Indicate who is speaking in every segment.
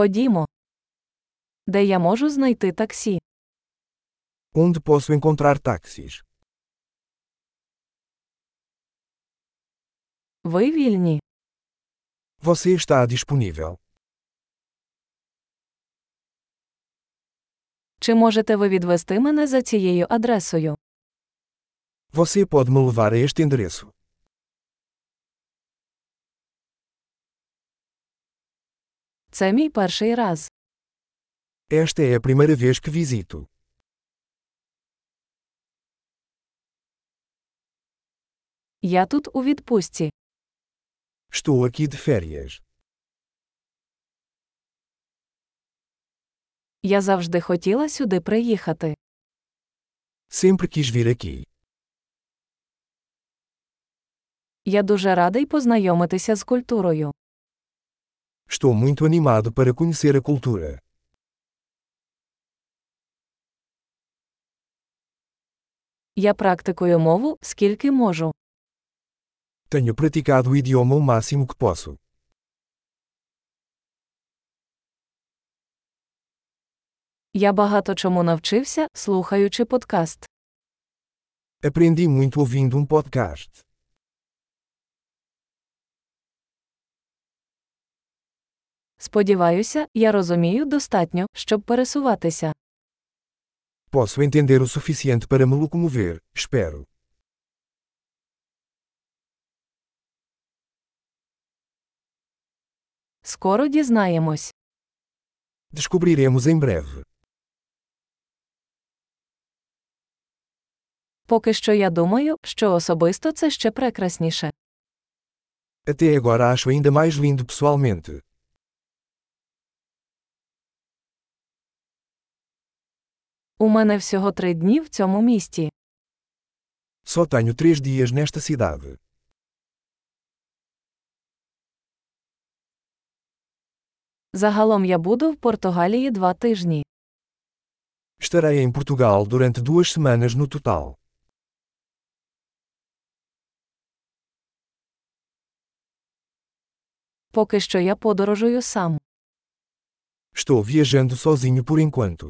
Speaker 1: Ходімо. Де я можу знайти таксі?
Speaker 2: Onde posso encontrar táxis?
Speaker 1: Ви вільні.
Speaker 2: Você está disponível.
Speaker 1: Чи можете ви відвести мене за цією адресою?
Speaker 2: Você pode me levar a este endereço.
Speaker 1: Це мій перший раз.
Speaker 2: Esta é a primeira vez que visito.
Speaker 1: Я тут у відпустці.
Speaker 2: Estou aqui de férias.
Speaker 1: Я завжди хотіла сюди приїхати.
Speaker 2: Sempre quis vir aqui.
Speaker 1: Я дуже радий познайомитися з культурою.
Speaker 2: Estou muito animado para conhecer a cultura.
Speaker 1: Я практикую мову, скільки можу.
Speaker 2: Tenho praticado o idioma o máximo que posso.
Speaker 1: Я багато чому навчився, слухаючи подкаст.
Speaker 2: Aprendi muito ouvindo um podcast.
Speaker 1: Сподіваюся, я розумію достатньо, щоб пересуватися.
Speaker 2: Posso entender o suficiente para me locomover, espero.
Speaker 1: Скоро дізнаємось.
Speaker 2: Descobriremos em breve.
Speaker 1: Поки що я думаю, що особисто це ще прекрасніше.
Speaker 2: Até agora acho ainda mais lindo pessoalmente.
Speaker 1: У мене всього три дні в цьому місті.
Speaker 2: Só tenho três dias nesta cidade.
Speaker 1: Загалом я буду в Португалії два тижні.
Speaker 2: Estarei em Portugal durante duas semanas no total.
Speaker 1: Поки що я подорожую сам.
Speaker 2: Estou viajando sozinho por enquanto.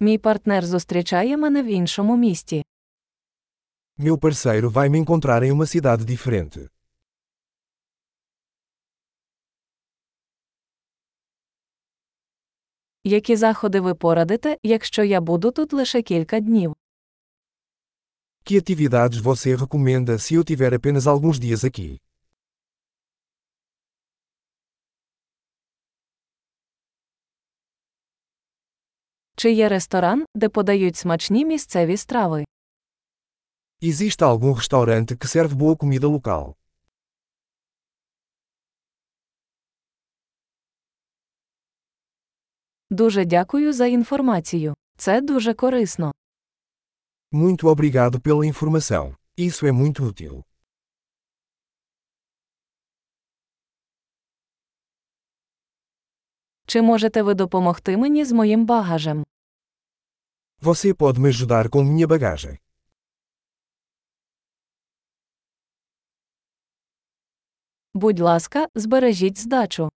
Speaker 1: Мій партнер зустрічає мене в іншому місті.
Speaker 2: Meu parceiro vai me encontrar em uma cidade diferente.
Speaker 1: Які заходи ви порадите, якщо я буду тут лише кілька днів?
Speaker 2: Que atividades você recomenda se eu tiver apenas alguns dias aqui?
Speaker 1: Чи є ресторан, де подають смачні місцеві страви?
Speaker 2: Existe algum restaurante que serve boa comida local?
Speaker 1: Дуже дякую за інформацію. Це дуже корисно.
Speaker 2: Muito obrigado pela informação. Isso é muito útil.
Speaker 1: Чи можете ви допомогти мені з моїм багажем?
Speaker 2: Você pode me ajudar com minha bagagem.
Speaker 1: Будь ласка, збережіть здачу.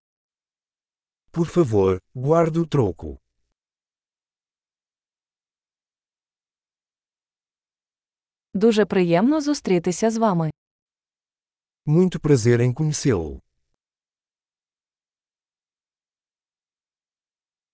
Speaker 2: Por favor, guarde o troco.
Speaker 1: Дуже приємно зустрітися з вами.
Speaker 2: Muito prazer em conhecê-lo.